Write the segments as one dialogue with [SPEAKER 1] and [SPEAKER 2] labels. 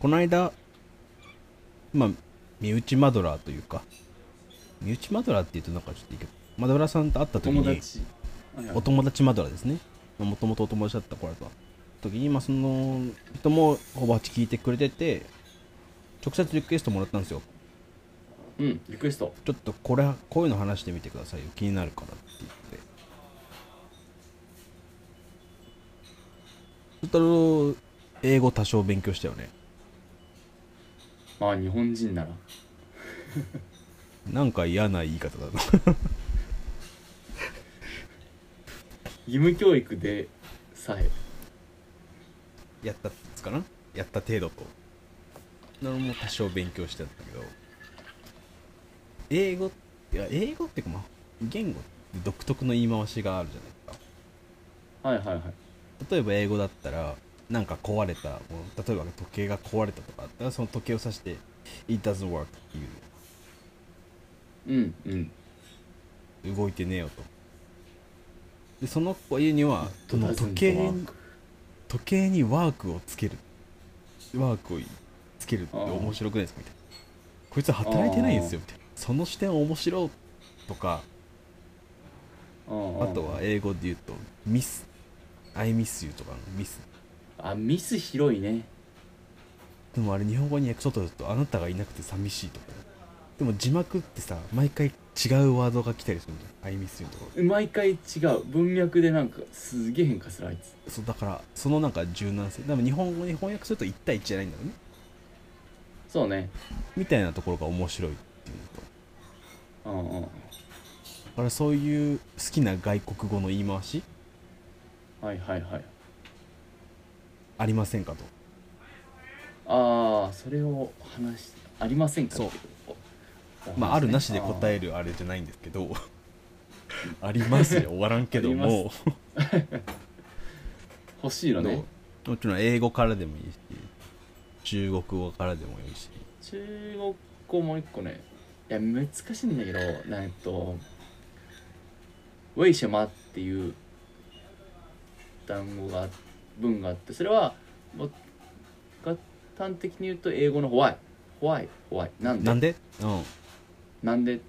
[SPEAKER 1] この間、まあ、身内マドラーというか、身内マドラーって言うとなんかちょっといいけど、マドラーさんと会った時
[SPEAKER 2] 友
[SPEAKER 1] に、
[SPEAKER 2] 達はいはい
[SPEAKER 1] お友達マドラーですね。もともとお友達だった子らと会った時に、まあ、その人もほぼ8聞いてくれてて、直接リクエストもらったんですよ。
[SPEAKER 2] うんリクエスト
[SPEAKER 1] ちょっとこれ、こういうの話してみてくださいよ。気になるからって言って。そしたら、英語多少勉強したよね。
[SPEAKER 2] まあ日本人なら
[SPEAKER 1] なんか嫌な言い方だな。
[SPEAKER 2] 義務教育でさえ
[SPEAKER 1] やったっつかなやった程度と。それも多少勉強してたんだけど。英語、いや、英語っていうかまあ、言語って独特の言い回しがあるじゃないですか。
[SPEAKER 2] はいはいはい
[SPEAKER 1] 例えば英語だったらなんか壊れたもう例えば時計が壊れたとかあったらその時計を指して「It doesn't work」っていう
[SPEAKER 2] うんうん
[SPEAKER 1] の動いてねえよとでその子にはその時計に時計にワークをつけるワークをつけるって面白くないですかみたいなこいつは働いてないんですよみたいなその視点面白いとか
[SPEAKER 2] あー
[SPEAKER 1] あとは英語で言うと「ミス」「I miss you」とかのミス
[SPEAKER 2] あミス広いね
[SPEAKER 1] でもあれ日本語に訳そうとすると「あなたがいなくて寂しい」とかでも字幕ってさ毎回違うワードが来たりするんだよ「I miss you」とか
[SPEAKER 2] 毎回違う文脈でなんかすげえ変化するあいつ
[SPEAKER 1] そうだからそのなんか柔軟性でも日本語に翻訳すると1対1じゃないんだろうね
[SPEAKER 2] そうね
[SPEAKER 1] みたいなところが面白いっていうのと
[SPEAKER 2] うんうん
[SPEAKER 1] だからそういう好きな外国語の言い回し
[SPEAKER 2] はいはいはい
[SPEAKER 1] ありませんかと
[SPEAKER 2] ああそれを話しありませんか
[SPEAKER 1] そう
[SPEAKER 2] ってこと
[SPEAKER 1] まああるなしで答えるあれじゃないんですけど ありますで終わらんけど
[SPEAKER 2] あり
[SPEAKER 1] も
[SPEAKER 2] 欲しいのね
[SPEAKER 1] どうもちろん英語からでもいいし中国語からでもいいし
[SPEAKER 2] 中国語もう一個ねいや難しいんだけどなんと「ウェイシェマ」っていう単語が文があってそれはもう端的に言うと英語の「ホワイ」「ホワイ」「ホワイ」なんで
[SPEAKER 1] なんでうん
[SPEAKER 2] なんで、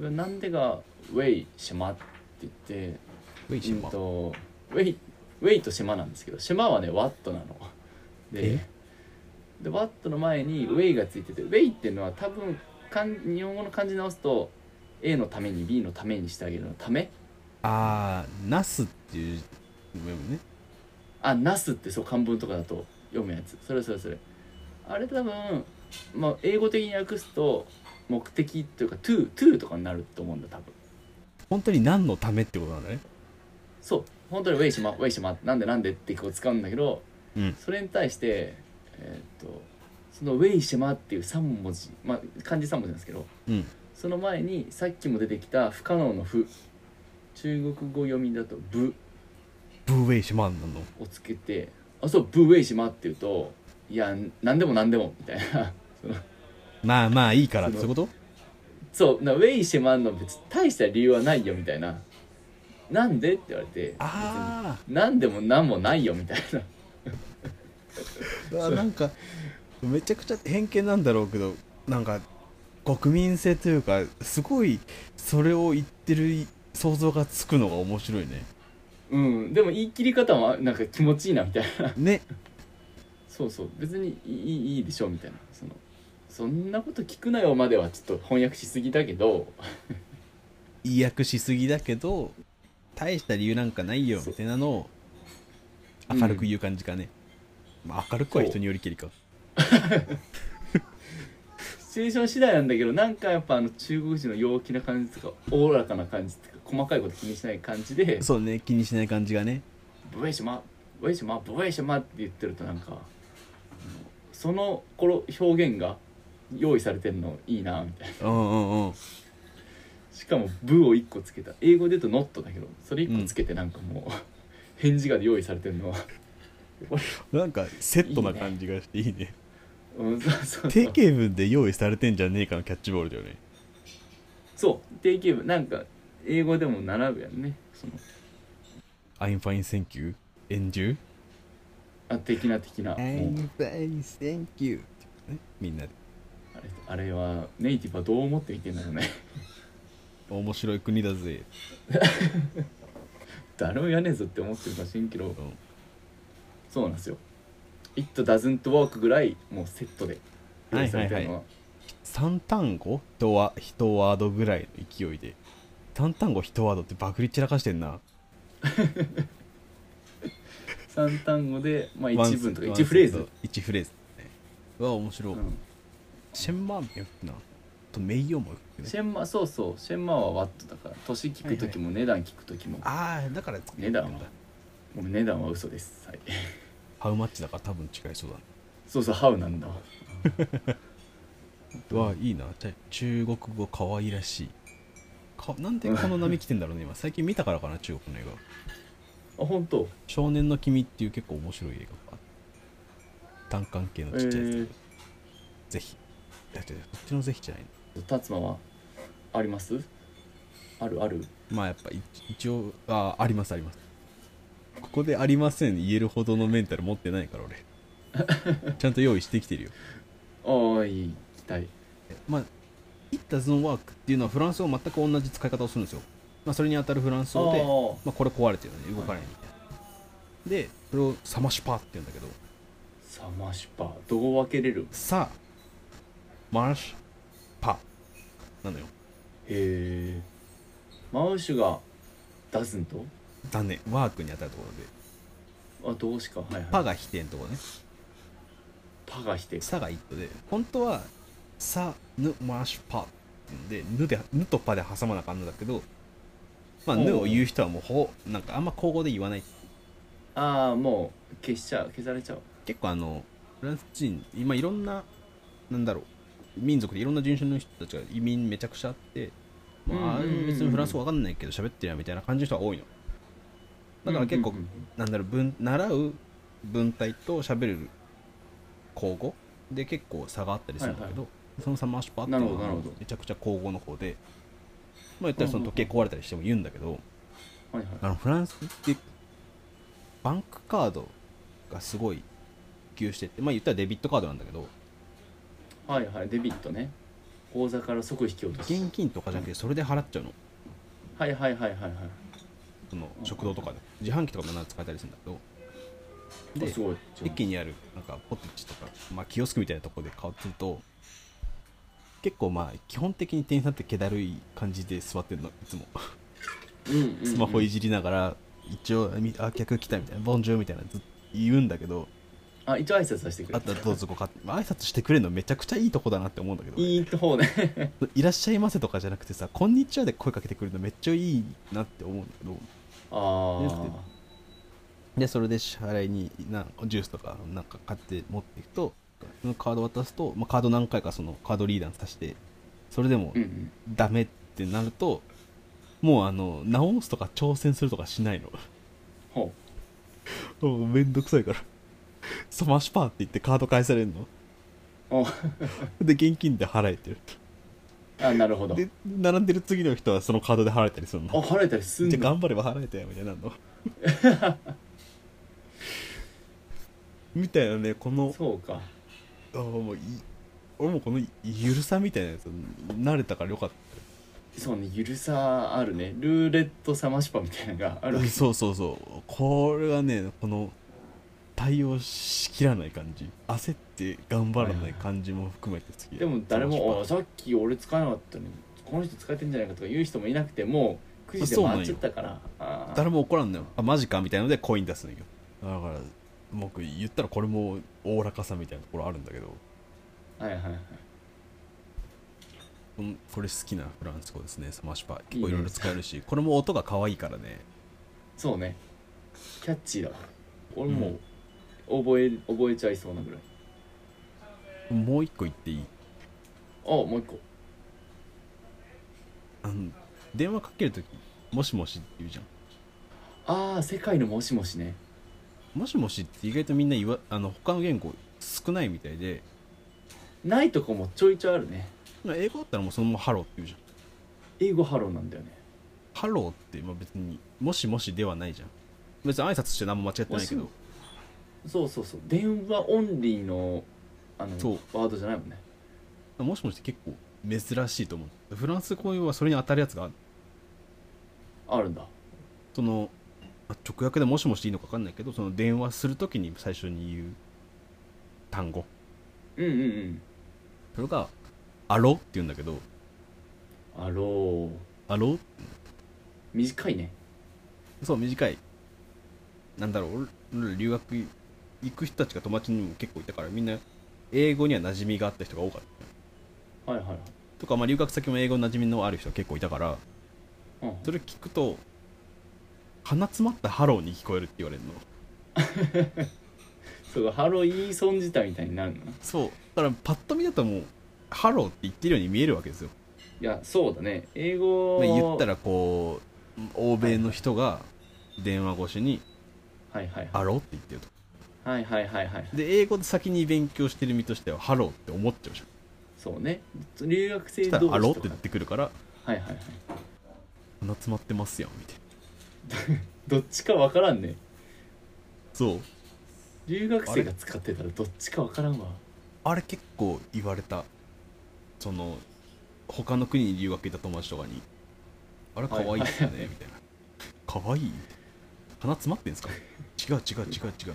[SPEAKER 2] うん、なんでが「ウェイシェマ」って言って
[SPEAKER 1] ウェイシ
[SPEAKER 2] うん
[SPEAKER 1] マ
[SPEAKER 2] とウェイウェイとシマなんですけどシマはねワットなのででワットの前にウェイがついててウェイっていうのは多分かん日本語の漢字直すと A のために B のためにしてあげるのため
[SPEAKER 1] あーナスっていう読むね
[SPEAKER 2] あナスってそう漢文とかだと読むやつそれそれそれあれ多分、まあ、英語的に訳すと目的というか to to とかになると思うんだ多分
[SPEAKER 1] 本当に何のためってことなんだね
[SPEAKER 2] そう本当にウェイシマウェイシマなんでなんでってこう使うんだけど
[SPEAKER 1] うん
[SPEAKER 2] それに対して、えーっとその「ウェイシェマ」っていう3文字、まあ、漢字3文字なんですけど
[SPEAKER 1] うん
[SPEAKER 2] その前にさっきも出てきた不可能の「不」中国語読みだと「ブ
[SPEAKER 1] ブーウェイシマンなの」
[SPEAKER 2] をつけて「あそうブウェイシェマ」っていうと「いや何でも何でも」みたいな その
[SPEAKER 1] まあまあいいからっ
[SPEAKER 2] そ
[SPEAKER 1] てそ
[SPEAKER 2] の
[SPEAKER 1] ういうこと
[SPEAKER 2] そうなウェイシェマの別に大した理由はないよみたいな「なんで?」って言われて
[SPEAKER 1] あ
[SPEAKER 2] 「何でも何もないよ」みたいな
[SPEAKER 1] ーあなんかめちゃくちゃ偏見なんだろうけどなんか国民性というかすごいそれを言ってる想像がつくのが面白いね
[SPEAKER 2] うんでも言い切り方はなんか気持ちいいなみたいな
[SPEAKER 1] ね
[SPEAKER 2] そうそう別にいいいいでしょみたいなそのそんなこと聞くなよまではちょっと翻訳しすぎだけど
[SPEAKER 1] 意訳しすぎだけど大した理由なんかないよみたいなのを
[SPEAKER 2] そう
[SPEAKER 1] 明るく言う感じかね、まあ明るくは人によりけりか
[SPEAKER 2] シチュエーション次第なんだけどなんかやっぱあの中国人の陽気な感じとかおおらかな感じとか細かいこと気にしない感じ で
[SPEAKER 1] そうね気にしない感じがね
[SPEAKER 2] 「ブエシマブエシマブエシマ」って言ってるとなんかあのその頃表現が用意されてるのいいなみたいな
[SPEAKER 1] うんうんうん
[SPEAKER 2] しかも「ブ」を1個つけた英語で言うと「ノット」だけどそれ1個つけてなんかもう、 返事が用意されてるのは
[SPEAKER 1] なんかセットな感じがしていいね
[SPEAKER 2] うんそうそうそう
[SPEAKER 1] 定型文で用意されてんじゃねえかのキャッチボールだよね
[SPEAKER 2] そう定型文なんか英語でも習うやんねその
[SPEAKER 1] 「I'm fine thank you and you
[SPEAKER 2] あ的な的なあれ
[SPEAKER 1] Everybody thank you ねみんなで
[SPEAKER 2] あれはネイティブはどう思って見てんだろうね
[SPEAKER 1] 面白い国だぜ、
[SPEAKER 2] 誰もやねえぞって思ってるかもしれんけど
[SPEAKER 1] うん
[SPEAKER 2] そうなんですよ「It doesn't work」ぐらいもうセットで用意されてるのは
[SPEAKER 1] 3単語とは1ワードぐらいの勢いで3単語1ワードってバクリ散らかしてんな
[SPEAKER 2] 3単語で、まあ、
[SPEAKER 1] ワン
[SPEAKER 2] 1文とか
[SPEAKER 1] ワン
[SPEAKER 2] 1フレーズ、
[SPEAKER 1] 1フレーズ、ね、うわ面白い、
[SPEAKER 2] うん
[SPEAKER 1] シェンマーミョクなと名誉もよくね
[SPEAKER 2] シェンマそうそうシェンマはワットだから年聞く時も値段聞く時も、
[SPEAKER 1] ああだから
[SPEAKER 2] 値段はもう値段は嘘です、はい、
[SPEAKER 1] ハウマッチだから多分違いそうだね
[SPEAKER 2] そうそうハウなん だわ
[SPEAKER 1] うわいいなじゃ中国語可愛らしいかなんでこの波来てんだろうね今最近見たからかな中国の映画
[SPEAKER 2] あ本当
[SPEAKER 1] 「少年の君」っていう結構面白い映画が単関係のちっちゃいやつ、
[SPEAKER 2] え
[SPEAKER 1] ぜひだってこっちのぜひじゃないの
[SPEAKER 2] ー、辰馬はありますあるある
[SPEAKER 1] まあやっぱ一一応あありますありますここで「ありません」言えるほどのメンタル持ってないから俺ちゃんと用意してきてるよ
[SPEAKER 2] ああいい期待
[SPEAKER 1] まあ「It doesn't work」っていうのはフランス語全く同じ使い方をするんですよ、まあ、それに当たるフランス語で
[SPEAKER 2] あ
[SPEAKER 1] まあ、これ壊れてるので動かないみたいな、でそれを「サマシュパ」って言うんだけど
[SPEAKER 2] あサマシュパどう分けれる
[SPEAKER 1] 「さ」「マシュパ」なのよ
[SPEAKER 2] へえマウシュがダズンと
[SPEAKER 1] だねワークに当たるところで
[SPEAKER 2] あ動詞かはいはい
[SPEAKER 1] 「パ」が否定のところね
[SPEAKER 2] パがして
[SPEAKER 1] 「さ」が一途で本当は「さ」「ぬ」「マシュパ」って言うんで「ぬ」で「ぬ」と「パ」で挟まなあかんのだけどまあ「
[SPEAKER 2] おう
[SPEAKER 1] ぬ」を言う人はもうほなんかあんま口語で言わない
[SPEAKER 2] ああもう消しちゃう消されちゃう
[SPEAKER 1] 結構あのフランス人今いろんななんだろう民族でいろんな人種の人たちが移民めちゃくちゃあって、まあ、
[SPEAKER 2] うんうんうんうん
[SPEAKER 1] 別にフランス語わかんないけど喋ってるやみたいな感じの人が多いのだから結構、
[SPEAKER 2] うんうんうん
[SPEAKER 1] なんだろう文習う文体と喋る口語で結構差があったりするんだけど、その差マッシュパーっていうの
[SPEAKER 2] なる
[SPEAKER 1] は
[SPEAKER 2] ほどなるほど
[SPEAKER 1] めちゃくちゃ口語の方でまあ言ったらその時計壊れたりしても言うんだけど、
[SPEAKER 2] はいはい
[SPEAKER 1] あのフランスってバンクカードがすごい普及しててまあ言ったらデビットカードなんだけど
[SPEAKER 2] はいはいデビットね口座から即引き落とす
[SPEAKER 1] 現金とかじゃなくてそれで払っちゃうの
[SPEAKER 2] はいはいはいはいはい
[SPEAKER 1] その食堂とかで自販機とかもなんか使えたりするんだけど
[SPEAKER 2] あすごい
[SPEAKER 1] 駅にあるなんかポテチとか、まあ、キオスクみたいなところで買うと結構まあ基本的に店員さんって気だるい感じで座ってるのいつも
[SPEAKER 2] うんうんうん
[SPEAKER 1] スマホいじりながら一応み「あ客来た」みたいな「ボンジュー」みたいなずっと言うんだけど
[SPEAKER 2] あ一応挨拶はしてくれ
[SPEAKER 1] あとはどうぞごか挨拶してくれるのめちゃくちゃいいとこだなって思うんだけど
[SPEAKER 2] いい方ね
[SPEAKER 1] いらっしゃいませとかじゃなくてさ、こんにちはで声かけてくるのめっちゃいいなって思うんだけど、
[SPEAKER 2] あ
[SPEAKER 1] ですけどで、それで支払いになジュースとかなんか買って持っていくと、そのカード渡すと、まあ、カード何回かそのカードリーダーにさして、それでも
[SPEAKER 2] あうんうん
[SPEAKER 1] ダメってなると、もうあの、直すとか挑戦するとかしないの。
[SPEAKER 2] ほ
[SPEAKER 1] もうめんどくさいから。 サマッシュパーって言ってカード返されるの。
[SPEAKER 2] うお
[SPEAKER 1] で、現金で払えてる。
[SPEAKER 2] あなるほど
[SPEAKER 1] で、並んでる次の人はそのカードで払えたりするの
[SPEAKER 2] あ。晴れたりすん
[SPEAKER 1] じゃあ
[SPEAKER 2] だ
[SPEAKER 1] 頑張れば払えたよみたいなの みたいなねこの
[SPEAKER 2] そうか
[SPEAKER 1] あもうい俺もこのゆるさみたいなやつ慣れたからよかっ
[SPEAKER 2] そうねゆるさあるねルーレットサマシパみたいなのが
[SPEAKER 1] た
[SPEAKER 2] ある
[SPEAKER 1] そうそうそうこれがねこの対応しきらない感じ焦って頑張らない感じも含めて好き
[SPEAKER 2] でも誰も「あさっき俺使えなかったのにこの人使えてんじゃないか」とか言う人もいなくてもう9時で
[SPEAKER 1] そうなん
[SPEAKER 2] 回
[SPEAKER 1] よ
[SPEAKER 2] っちゃったからあー
[SPEAKER 1] 誰も怒らんのよあマジかみたいなのでコイン出すのよだから僕言ったらこれもおおらかさみたいなところあるんだけど
[SPEAKER 2] はいはいはい
[SPEAKER 1] こんこれ好きなフランス語ですねサマシパ
[SPEAKER 2] いいね
[SPEAKER 1] 結構いろいろ使えるしこれも音が可愛いからね
[SPEAKER 2] そうねキャッチーだわ俺も
[SPEAKER 1] うん
[SPEAKER 2] う覚え覚えちゃいそうなぐらい
[SPEAKER 1] もう一個言っていい
[SPEAKER 2] あもう一個
[SPEAKER 1] あの電話かけるとき「もしもし」って言うじゃん
[SPEAKER 2] ああ世界のもしもしね
[SPEAKER 1] 「もしもし」って意外とみんな言わあの他の言語少ないみたいで
[SPEAKER 2] ないとこもちょいちょいあるね
[SPEAKER 1] まあ英語だったらもうそのまま「ハロー」って言うじゃん
[SPEAKER 2] 英語ハローなんだよね
[SPEAKER 1] 「ハロー」ってまあ別に「もしもし」ではないじゃん別に挨拶して何も間違ってないけ
[SPEAKER 2] も
[SPEAKER 1] ど
[SPEAKER 2] そうそうそう電話オンリーのあの
[SPEAKER 1] そう
[SPEAKER 2] ワードじゃないもんね
[SPEAKER 1] もしもして結構珍しいと思うフランス語はそれに当たるやつがある
[SPEAKER 2] あるんだ
[SPEAKER 1] そのまあ直訳でもしもしていいのか分かんないけどその電話するときに最初に言う単語
[SPEAKER 2] うんうんうん
[SPEAKER 1] それが「アロ」って言うんだけど
[SPEAKER 2] あろう
[SPEAKER 1] 「アロ」
[SPEAKER 2] 短いね
[SPEAKER 1] そう短いなんだろう俺ら留学行く人たちが友達にも結構いたからみんな英語には馴染みがあった人が多かった
[SPEAKER 2] はいはいはい
[SPEAKER 1] とか、まあ、留学先も英語馴染みのある人が結構いたから
[SPEAKER 2] うん
[SPEAKER 1] それ聞くと鼻詰まったハローに聞こえるって言われるの
[SPEAKER 2] そうハロ言い損じたみたいになるのい
[SPEAKER 1] そうだからパッと見だともうハローって言ってるように見えるわけですよ
[SPEAKER 2] やそうだね英語
[SPEAKER 1] まあ言った
[SPEAKER 2] ら
[SPEAKER 1] らこう欧米の人が電話越しに
[SPEAKER 2] はいはい
[SPEAKER 1] 「
[SPEAKER 2] は
[SPEAKER 1] ハロー」って言ってると
[SPEAKER 2] いはいはいはいはい
[SPEAKER 1] で英語で先に勉強してる身としては「ハロー」って思っちゃうじゃん
[SPEAKER 2] そうね留学
[SPEAKER 1] そ
[SPEAKER 2] 生
[SPEAKER 1] した
[SPEAKER 2] 同
[SPEAKER 1] ら「
[SPEAKER 2] 士
[SPEAKER 1] ハロー」
[SPEAKER 2] と
[SPEAKER 1] って
[SPEAKER 2] か
[SPEAKER 1] 出てくるから
[SPEAKER 2] はいはいはい
[SPEAKER 1] 「鼻詰まってますよ」みたいな
[SPEAKER 2] どっちかわからんね
[SPEAKER 1] そう
[SPEAKER 2] 留学生が使ってたらどっちかわからんわ
[SPEAKER 1] あれ結構言われたその他の国に留学行った友達とかに「あれ可愛いですよね」みたいな「可愛い?」鼻詰まってんですか違う違う違う違うみたいな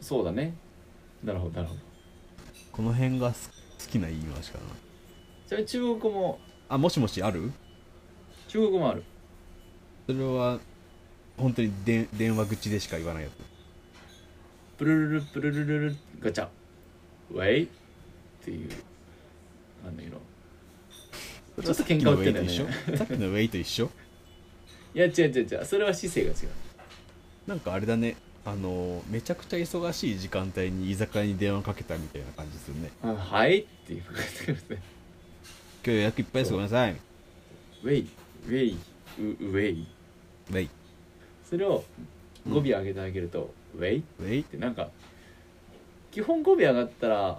[SPEAKER 2] そうだねなるほどなるほど
[SPEAKER 1] この辺がす好きな言い回しかな
[SPEAKER 2] ちなみに中国語も
[SPEAKER 1] あもしもしある
[SPEAKER 2] 中国語もある
[SPEAKER 1] それは本当にで電話口でしか言わないやつ
[SPEAKER 2] プルルルプルルルルガチャウェイっていうなんだけどちょっと喧嘩売ってんだよね
[SPEAKER 1] さっきのウェイと一緒
[SPEAKER 2] いや違う違う違うそれは姿勢が違う
[SPEAKER 1] なんかあれだねあのーめちゃくちゃ忙しい時間帯に居酒屋に電話かけたみたいな感じするね
[SPEAKER 2] あはいっていう感じですね
[SPEAKER 1] 今日予約いっぱいですごめんなさい
[SPEAKER 2] ウェイウェイウウェイ
[SPEAKER 1] ウェイ
[SPEAKER 2] それを語尾上げてあげると、ウェイっ
[SPEAKER 1] ウェイ
[SPEAKER 2] てなんか基本語尾上がったら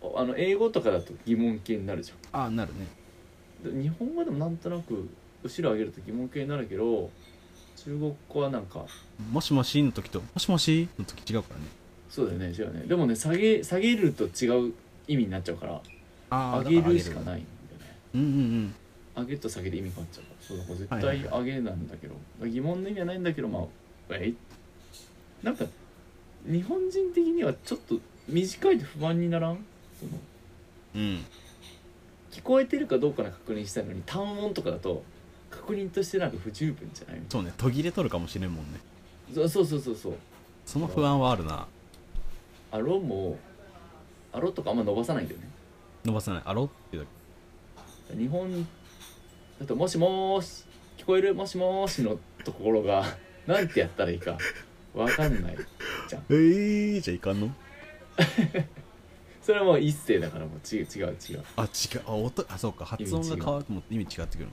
[SPEAKER 2] おあの英語とかだと疑問形になるじ
[SPEAKER 1] ああなるね
[SPEAKER 2] ゃんで日本語でもなんとなく後ろ上げると疑問形になるけど中国語はなんか
[SPEAKER 1] もしもしの時ともしもしの時違うからね
[SPEAKER 2] そうだよね違うねでもね下げ下げると違う意味になっちゃうから
[SPEAKER 1] あ
[SPEAKER 2] 上げるしかないんだよね
[SPEAKER 1] うんうんうん
[SPEAKER 2] 上げと下げで意味変わっちゃうからそうだから絶
[SPEAKER 1] はいはい
[SPEAKER 2] 対上げなんだけど、疑問の意味はないんだけどまあえいなんか日本人的にはちょっと短いと不安にならんその
[SPEAKER 1] うん
[SPEAKER 2] 聞こえてるかどうかの確認したいのに単音とかだと確認としてなんか不十分じゃない
[SPEAKER 1] そうね途切れとるかもしれんもんね
[SPEAKER 2] そそうそうそうそう
[SPEAKER 1] その不安はあるな
[SPEAKER 2] アロもアロとかあんま伸ばさないんだよね
[SPEAKER 1] 伸ばさないあろってだけ
[SPEAKER 2] 日本だと「もしもーし聞こえるもしもーし」のところが なんてやったらいいかわかんない
[SPEAKER 1] ええじゃあいかんの
[SPEAKER 2] それはもう一世だからもう違う違う違う
[SPEAKER 1] あ違うあ音あそうか発音が変わるとも意味違ってくるの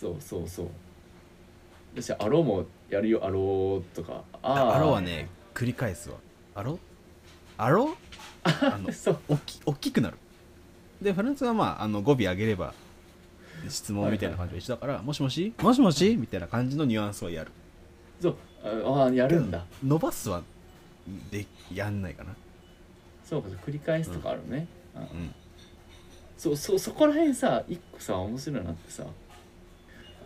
[SPEAKER 2] そうそうそう私アローもやるよアローとかあー
[SPEAKER 1] アロはね繰り返すわアロア ロあの
[SPEAKER 2] そう
[SPEAKER 1] 大き大きくなるでフランスはまああの語尾上げれば質問みたいな感じは一緒だから、もしもしもしもしみたいな感じのニュアンスはやる
[SPEAKER 2] そうああーやるんだ
[SPEAKER 1] 伸ばすはでやんないかな
[SPEAKER 2] そうか繰り返すとかあるね、うん
[SPEAKER 1] ん
[SPEAKER 2] そうそうそこら辺さ一個さ面白いなってさ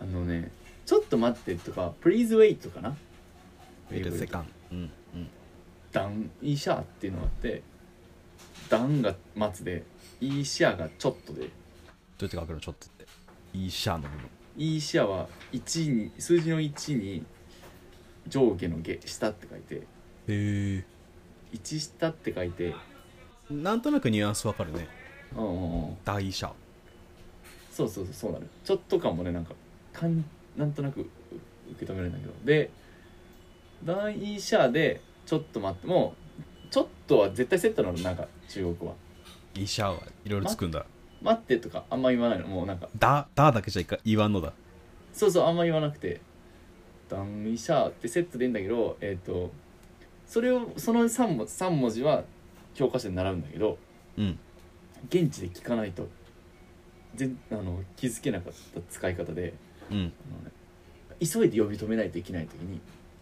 [SPEAKER 2] あのね「ちょっと待って」とか「Please wait」とかな
[SPEAKER 1] ウェルセカンうんうん
[SPEAKER 2] ダンイーシャーっていうのがあってダンが松でイーシャーがちょっとで
[SPEAKER 1] どうやって書くのちょっとってイーシャーの部分
[SPEAKER 2] イーシャーは1に数字の1に上下の下下って書いて
[SPEAKER 1] へ
[SPEAKER 2] 1下って書いて
[SPEAKER 1] えなんとなくニュアンスわかるね
[SPEAKER 2] うんうんうん
[SPEAKER 1] 大シャー
[SPEAKER 2] そうそうそうそうなるちょっと感もねなんかかんなんとなくう受け止めるんだけどでダンイーシャーでちょっと待ってもうちょっとは絶対セットなのなんか中国は
[SPEAKER 1] イーシャーはいろいろつくんだ
[SPEAKER 2] 待ってとかあんま言わないのもうなんか
[SPEAKER 1] だだだけじゃいか言わんのだ
[SPEAKER 2] そうそうあんま言わなくて「ダンイシャー」ってセットでいいんだけどえっ、とそれをその 3, 文3文字は教科書で習うんだけど
[SPEAKER 1] うん
[SPEAKER 2] 現地で聞かないと全あの気づけなかった使い方で
[SPEAKER 1] うん
[SPEAKER 2] あのね急いで呼び止めないといけない時に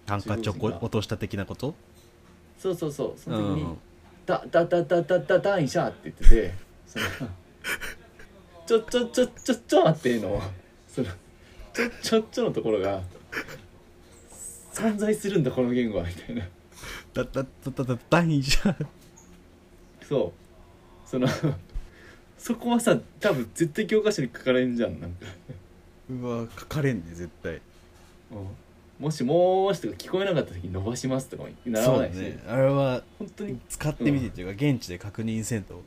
[SPEAKER 1] ハンカチをこう
[SPEAKER 2] 中国人が
[SPEAKER 1] 落とした的なこと
[SPEAKER 2] そうそうそうその時
[SPEAKER 1] う
[SPEAKER 2] に
[SPEAKER 1] ん
[SPEAKER 2] 「だだだだだだだいしゃ」って言っててその 「ちょちょちょちょちょ待って」のその「ちょちょちょ」のところが存在するんだこの言語はみたいな
[SPEAKER 1] だだだだだ大じゃん
[SPEAKER 2] そうそのそこはさ多分絶対教科書に書かれんじゃんなんか。
[SPEAKER 1] うわ書かれんね絶対
[SPEAKER 2] うんもしもーしとか聞こえなかった時に伸ばしますとかも習
[SPEAKER 1] そ
[SPEAKER 2] わ
[SPEAKER 1] う
[SPEAKER 2] な
[SPEAKER 1] だ
[SPEAKER 2] いし、
[SPEAKER 1] ねあれは
[SPEAKER 2] 本当に
[SPEAKER 1] 使ってみてっていうか、現地で確認せんと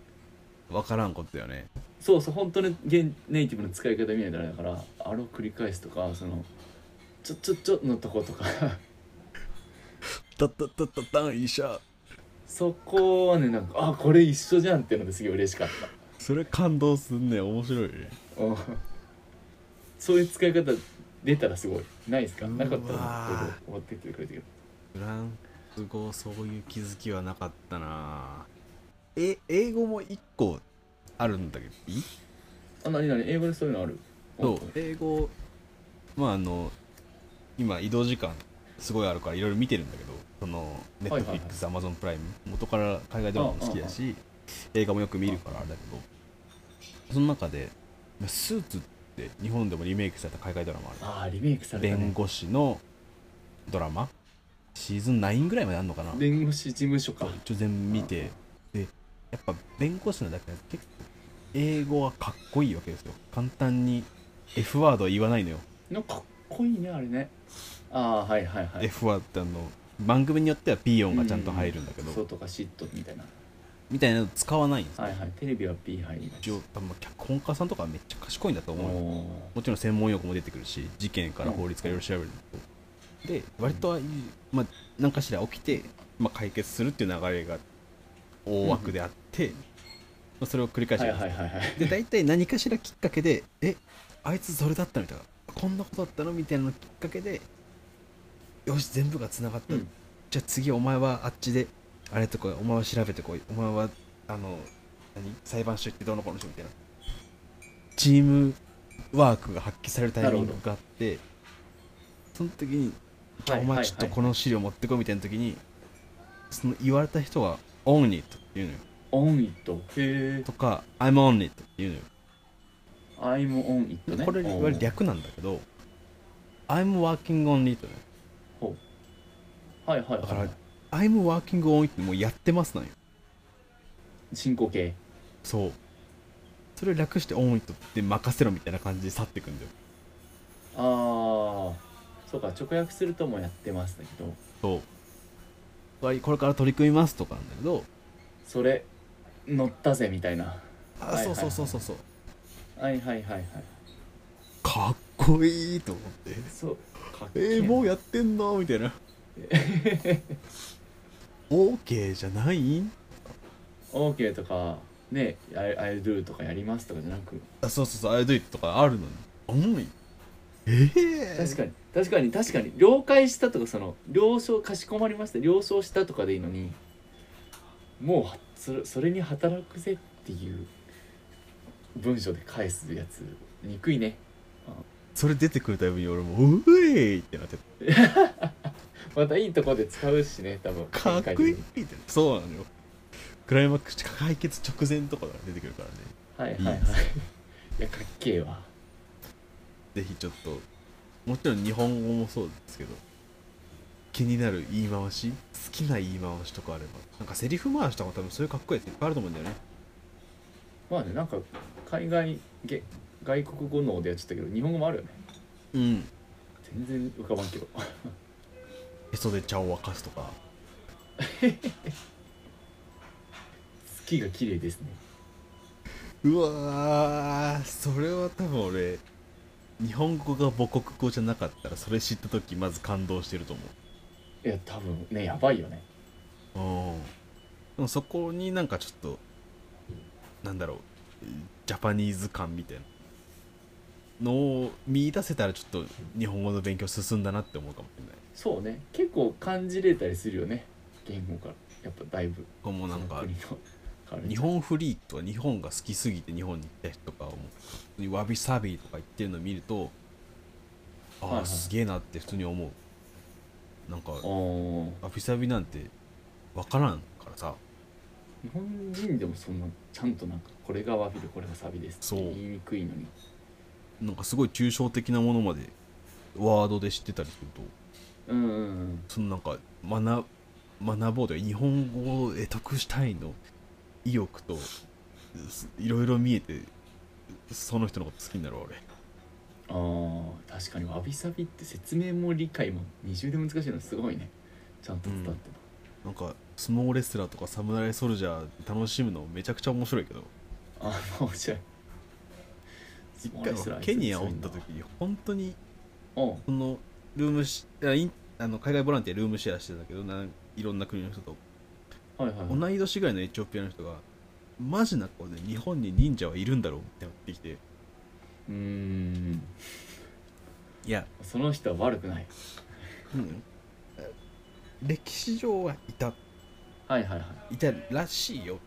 [SPEAKER 1] 分からんことだよね
[SPEAKER 2] そうそう本当に現ネイティブの使い方見ないとあれだからあれを繰り返すとかそのちょちょちょのとことか
[SPEAKER 1] だだだだ大じゃん
[SPEAKER 2] そこはねなんかあこれ一緒じゃんっていうのですげえ嬉しかっ
[SPEAKER 1] それ感動すんね面白いね
[SPEAKER 2] た、うんそういう使い方出たらすごいないですか
[SPEAKER 1] うわ
[SPEAKER 2] な
[SPEAKER 1] ー
[SPEAKER 2] かったら思ってきてくれてる
[SPEAKER 1] フランス語そういう気づきはなかったなえ英語も1個あるんだけどいい
[SPEAKER 2] あ何何英語でそういうのある
[SPEAKER 1] そう英語まああの今移動時間すごいあるからいろいろ見てるんだけどそのネ
[SPEAKER 2] はい
[SPEAKER 1] ッ
[SPEAKER 2] は
[SPEAKER 1] トフリ
[SPEAKER 2] いはい
[SPEAKER 1] ックスアマゾンプライム元から海外ドラマも好きだし映画もよく見るからあれだけどその中で「スーツ」って日本でもリメイクされた海外ドラマある
[SPEAKER 2] ああリメイクされた、
[SPEAKER 1] 弁
[SPEAKER 2] ね、
[SPEAKER 1] 護士のドラマシーズン9ぐらいまであるのかな
[SPEAKER 2] 弁護士事務所か
[SPEAKER 1] 一応全部見てでやっぱ弁護士のだけ結構英語はかっこいいわけですよ簡単に F ワードは言わないのよ
[SPEAKER 2] なんかかっこいいねあれねああはいはいはい
[SPEAKER 1] F はってあの番組によっては P 音がちゃんと入るんだけど、
[SPEAKER 2] そうとかシットみたいな
[SPEAKER 1] みたいなの使わないんですよ
[SPEAKER 2] はいはいテレビは P 入ります
[SPEAKER 1] 一応多分脚本家さんとかはめっちゃ賢いんだと
[SPEAKER 2] お
[SPEAKER 1] 思うよもちろん専門用語も出てくるし事件から法律からいろいろ調べるんだけどで割とはいいまあ、何かしら起きて、まあ、解決するっていう流れが大枠であって、まあ、それを繰り返
[SPEAKER 2] ー
[SPEAKER 1] して
[SPEAKER 2] はい
[SPEAKER 1] るんです
[SPEAKER 2] は
[SPEAKER 1] よ
[SPEAKER 2] いはいはい
[SPEAKER 1] で大体何かしらきっかけで「えあいつそれだった」みたいな「こんなことだったの?」みたいなのきっかけで「よし全部がつながった、
[SPEAKER 2] うん
[SPEAKER 1] じゃあ次お前はあっちであれとかお前は調べてこいお前はあの何裁判所行ってどうのこうのしよう」みたいなチームワークが発揮されるタイミングがあってその時に「じゃあお前ちょっとこの資料持ってこい」みたいな時にその言われた人が「オン y と言うのよ
[SPEAKER 2] オンイットへえ
[SPEAKER 1] とか「I'm on it」って言うのよ
[SPEAKER 2] I'm on it ね
[SPEAKER 1] これいわゆる略なんだけど「I'm working on it ね」
[SPEAKER 2] ほうはいはい
[SPEAKER 1] だから
[SPEAKER 2] はい
[SPEAKER 1] 「I'm working on it」ってもうやってますなんよ
[SPEAKER 2] 進行形
[SPEAKER 1] そうそれを略して「on it」って任せろみたいな感じで去ってくんだよ
[SPEAKER 2] ああそうか直訳するともうやってますだけど
[SPEAKER 1] そうはいこれから取り組みますとかなんだけど
[SPEAKER 2] それ乗ったぜみたいな
[SPEAKER 1] あ
[SPEAKER 2] はい
[SPEAKER 1] そうそうそうそうそう
[SPEAKER 2] はいはいはいはい
[SPEAKER 1] かっこいいと思って
[SPEAKER 2] そうかっけ
[SPEAKER 1] えー、もう
[SPEAKER 2] や
[SPEAKER 1] やってんのみたい な OK じゃない
[SPEAKER 2] OK とかね I, I'll do とかやりますとかじゃなく
[SPEAKER 1] あそうそうそう I do it とかあるのに重いええ
[SPEAKER 2] 確かに確かに確かに了解したとかその了承かしこまりました了承したとかでいいのにもうはそれそれに働くぜっていう文章で返すやつ憎いね
[SPEAKER 1] それ出てくるたびに俺も「うえい!」ってなって
[SPEAKER 2] またいいとこで使うしね多分
[SPEAKER 1] かっこいいってなってそうなのよクライマックス解決直前とかが出てくるからね
[SPEAKER 2] はいはいは
[SPEAKER 1] い
[SPEAKER 2] いい
[SPEAKER 1] いです
[SPEAKER 2] やかっけえわ
[SPEAKER 1] ぜひちょっともちろん日本語もそうですけど気になる言い回し好きな言い回しとかあればなんかセリフ回しとかも多分そういうかっこいいやついっぱいあると思うんだよね
[SPEAKER 2] まあねなんか海外げ外国語能でやっちゃったけど日本語もあるよね
[SPEAKER 1] うん
[SPEAKER 2] 全然浮かばんけど
[SPEAKER 1] へそで茶を沸かすとか
[SPEAKER 2] 月が綺麗ですね
[SPEAKER 1] うわーそれは多分俺日本語が母国語じゃなかったらそれ知った時まず感動してると思う
[SPEAKER 2] いや多分ねやばいよね
[SPEAKER 1] うんでもそこになんかちょっとなんだろうジャパニーズ感みたいなのを見出せたらちょっと日本語の勉強進んだなって思うかもしれない
[SPEAKER 2] そうね結構感じれたりするよね言語からやっぱだいぶ
[SPEAKER 1] ここもなんか
[SPEAKER 2] 国のカルチャー
[SPEAKER 1] 日本フリーとか日本が好きすぎて日本に行った人とかをもう普通にわびさびとか言ってるのを見ると
[SPEAKER 2] はい
[SPEAKER 1] あ
[SPEAKER 2] は
[SPEAKER 1] あ
[SPEAKER 2] い
[SPEAKER 1] すげえなって普通に思うなんか
[SPEAKER 2] おー
[SPEAKER 1] わびさびなんて分からんからさ
[SPEAKER 2] 日本人でもそんなちゃんとなんかこれがワフィルこれがサビですって
[SPEAKER 1] そう
[SPEAKER 2] 言いにくいのに
[SPEAKER 1] なんかすごい抽象的なものまでワードで知ってたりすると
[SPEAKER 2] うんうんうん
[SPEAKER 1] そのなんか学学ぼうというか日本語を得得したいの意欲とすいろいろ見えてその人のこと好きになるわ俺
[SPEAKER 2] あー確かにわびさびって説明も理解も二重で難しいのすごいねちゃんと伝わって
[SPEAKER 1] なんか相撲レスラーとかサムライソルジャー楽しむのめちゃくちゃ面白いけど
[SPEAKER 2] た、ああ面白い
[SPEAKER 1] 一回ケニアおった時に本当に
[SPEAKER 2] お
[SPEAKER 1] このルームシェアインあの海外ボランティアルームシェアしてたけどないろんな国の人と
[SPEAKER 2] はいはいはい
[SPEAKER 1] 同い年ぐらいのエチオピアの人がマジな顔で日本に忍者はいるんだろうってなってきて
[SPEAKER 2] うーん
[SPEAKER 1] いや
[SPEAKER 2] その人は悪くない
[SPEAKER 1] うん、歴史上はいた
[SPEAKER 2] はいはいはい
[SPEAKER 1] いたらしいよ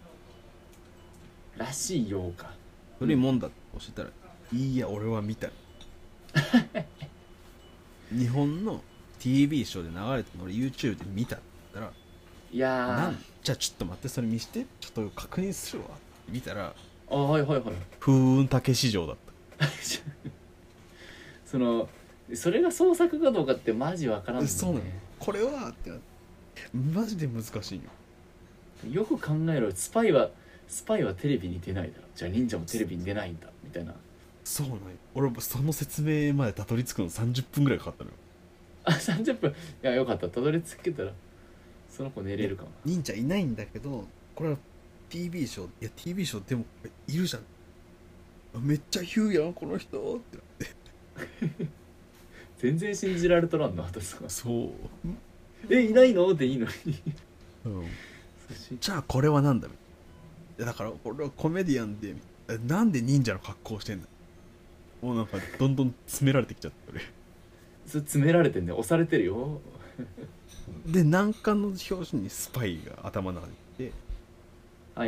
[SPEAKER 2] らしいようか
[SPEAKER 1] 古いもんだって教えたら、いいや俺は見た日本の TV ショーで流れてるの俺 YouTube で見たって言った
[SPEAKER 2] い
[SPEAKER 1] らな
[SPEAKER 2] や
[SPEAKER 1] んじゃあちょっと待ってそれ見してちょっと確認するわって見たら
[SPEAKER 2] ーあはいはい はい
[SPEAKER 1] 風雲竹市場だった
[SPEAKER 2] そのそれが創作かどうかってマジわからんもんね
[SPEAKER 1] そうなのこれはってなマジで難しいよ
[SPEAKER 2] よく考えろスパイはスパイはテレビに出ないだろじゃあ忍者もテレビに出ないんだみたいな
[SPEAKER 1] そうなんよ俺もその説明までたどり着くの30分ぐらいかかったのよ
[SPEAKER 2] あ30分いやよかったたどり着けたらその子寝れるかも
[SPEAKER 1] 忍者いないんだけどこれは TV ショーいや TV ショーでもいるじゃんあめっちゃヒューやんこの人って
[SPEAKER 2] 全然信じられとらんの私が
[SPEAKER 1] そう、
[SPEAKER 2] えいないのでいいのに
[SPEAKER 1] じゃあこれはなんだみたいなだから俺はコメディアンでえなんで忍者の格好してんだもうなんかどんどん詰められてきちゃって俺
[SPEAKER 2] それ詰められてんね押されてるよ
[SPEAKER 1] で難関の表紙にスパイが頭の中でいて
[SPEAKER 2] は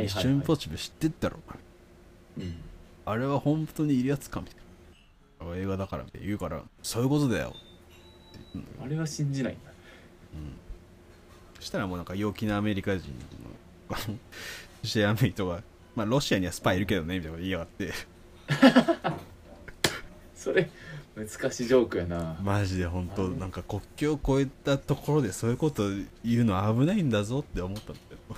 [SPEAKER 1] 「
[SPEAKER 2] い
[SPEAKER 1] 一
[SPEAKER 2] はい、
[SPEAKER 1] 緒に
[SPEAKER 2] は
[SPEAKER 1] ポッチブル知ってったろお前
[SPEAKER 2] いうん、
[SPEAKER 1] あれは本当にいるやつか」みたいな映画だからみたいな言うから「そういうことだよ」って言うんだよ
[SPEAKER 2] あれは信じないんだ
[SPEAKER 1] そしたらもうなんか陽気なアメリカ人のあのシェアメイトが、まあ、ロシアにはスパイいるけどねみたいなこと言いやがって
[SPEAKER 2] それ難しいジョークやな
[SPEAKER 1] マジで本当なんか国境を越えたところでそういうこと言うのは危ないんだぞって思ったんだけど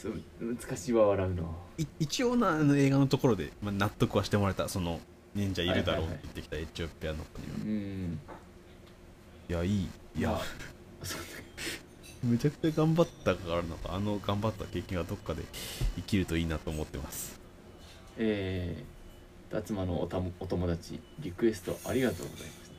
[SPEAKER 2] そう難しいわ笑うの
[SPEAKER 1] い一応なあの映画のところで、まあ、納得はしてもらえたその忍者いるだろうっ
[SPEAKER 2] はいはいはい
[SPEAKER 1] て言ってきたエチオピアの子には
[SPEAKER 2] うん
[SPEAKER 1] いやいいいや
[SPEAKER 2] そう
[SPEAKER 1] めちゃくちゃ頑張ったからなんかあの頑張った経験がどっかで生きるといいなと思ってます
[SPEAKER 2] えー、辰馬のおたもお友達リクエストありがとうございました